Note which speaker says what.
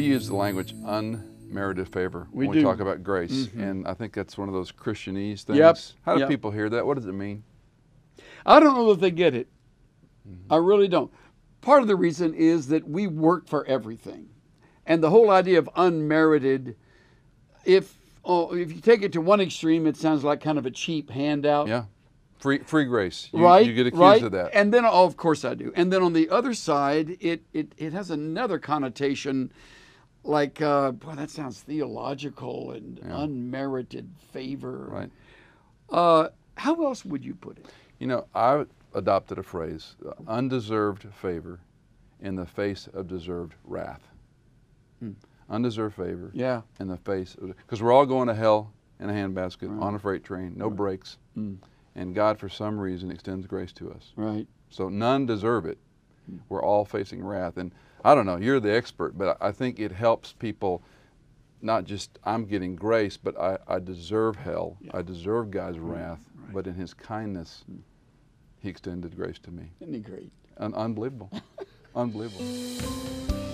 Speaker 1: use the language unmerited favor
Speaker 2: We
Speaker 1: when
Speaker 2: do. Mm-hmm.
Speaker 1: we talk about grace, and I think that's one of those Christianese things.
Speaker 2: Yep,
Speaker 1: How do
Speaker 2: yep.
Speaker 1: people hear that? What does it mean?
Speaker 2: I don't know that they get it.
Speaker 1: Mm-hmm.
Speaker 2: I really don't. Part of the reason is that we work for everything. And the whole idea of unmerited, if oh, if you take it to one extreme, it sounds like kind of a cheap handout.
Speaker 1: Yeah, free free grace. You,
Speaker 2: Oh. right.
Speaker 1: You get accused
Speaker 2: right?
Speaker 1: of that.
Speaker 2: And then, oh, of course I do. And then on the other side, it it, it has another connotation, like, uh, boy, that sounds theological and unmerited favor.
Speaker 1: right.
Speaker 2: Uh, how else would you put it?
Speaker 1: You know, I adopted a phrase: uh, undeserved favor in the face of deserved wrath. Undeserved favor.
Speaker 2: Hmm. Yeah.
Speaker 1: in the face because we're all going to hell in a handbasket on a freight train, no brakes,
Speaker 2: Hmm.
Speaker 1: and God for some reason extends grace to us.
Speaker 2: Right.
Speaker 1: So none deserve it. We're all facing wrath, and I don't know. You're the expert, but I I think it helps people. Not just I'm getting grace, but I, I deserve hell. I deserve God's wrath, but in His kindness, He extended grace to me.
Speaker 2: Isn't he great?
Speaker 1: Un- unbelievable, unbelievable.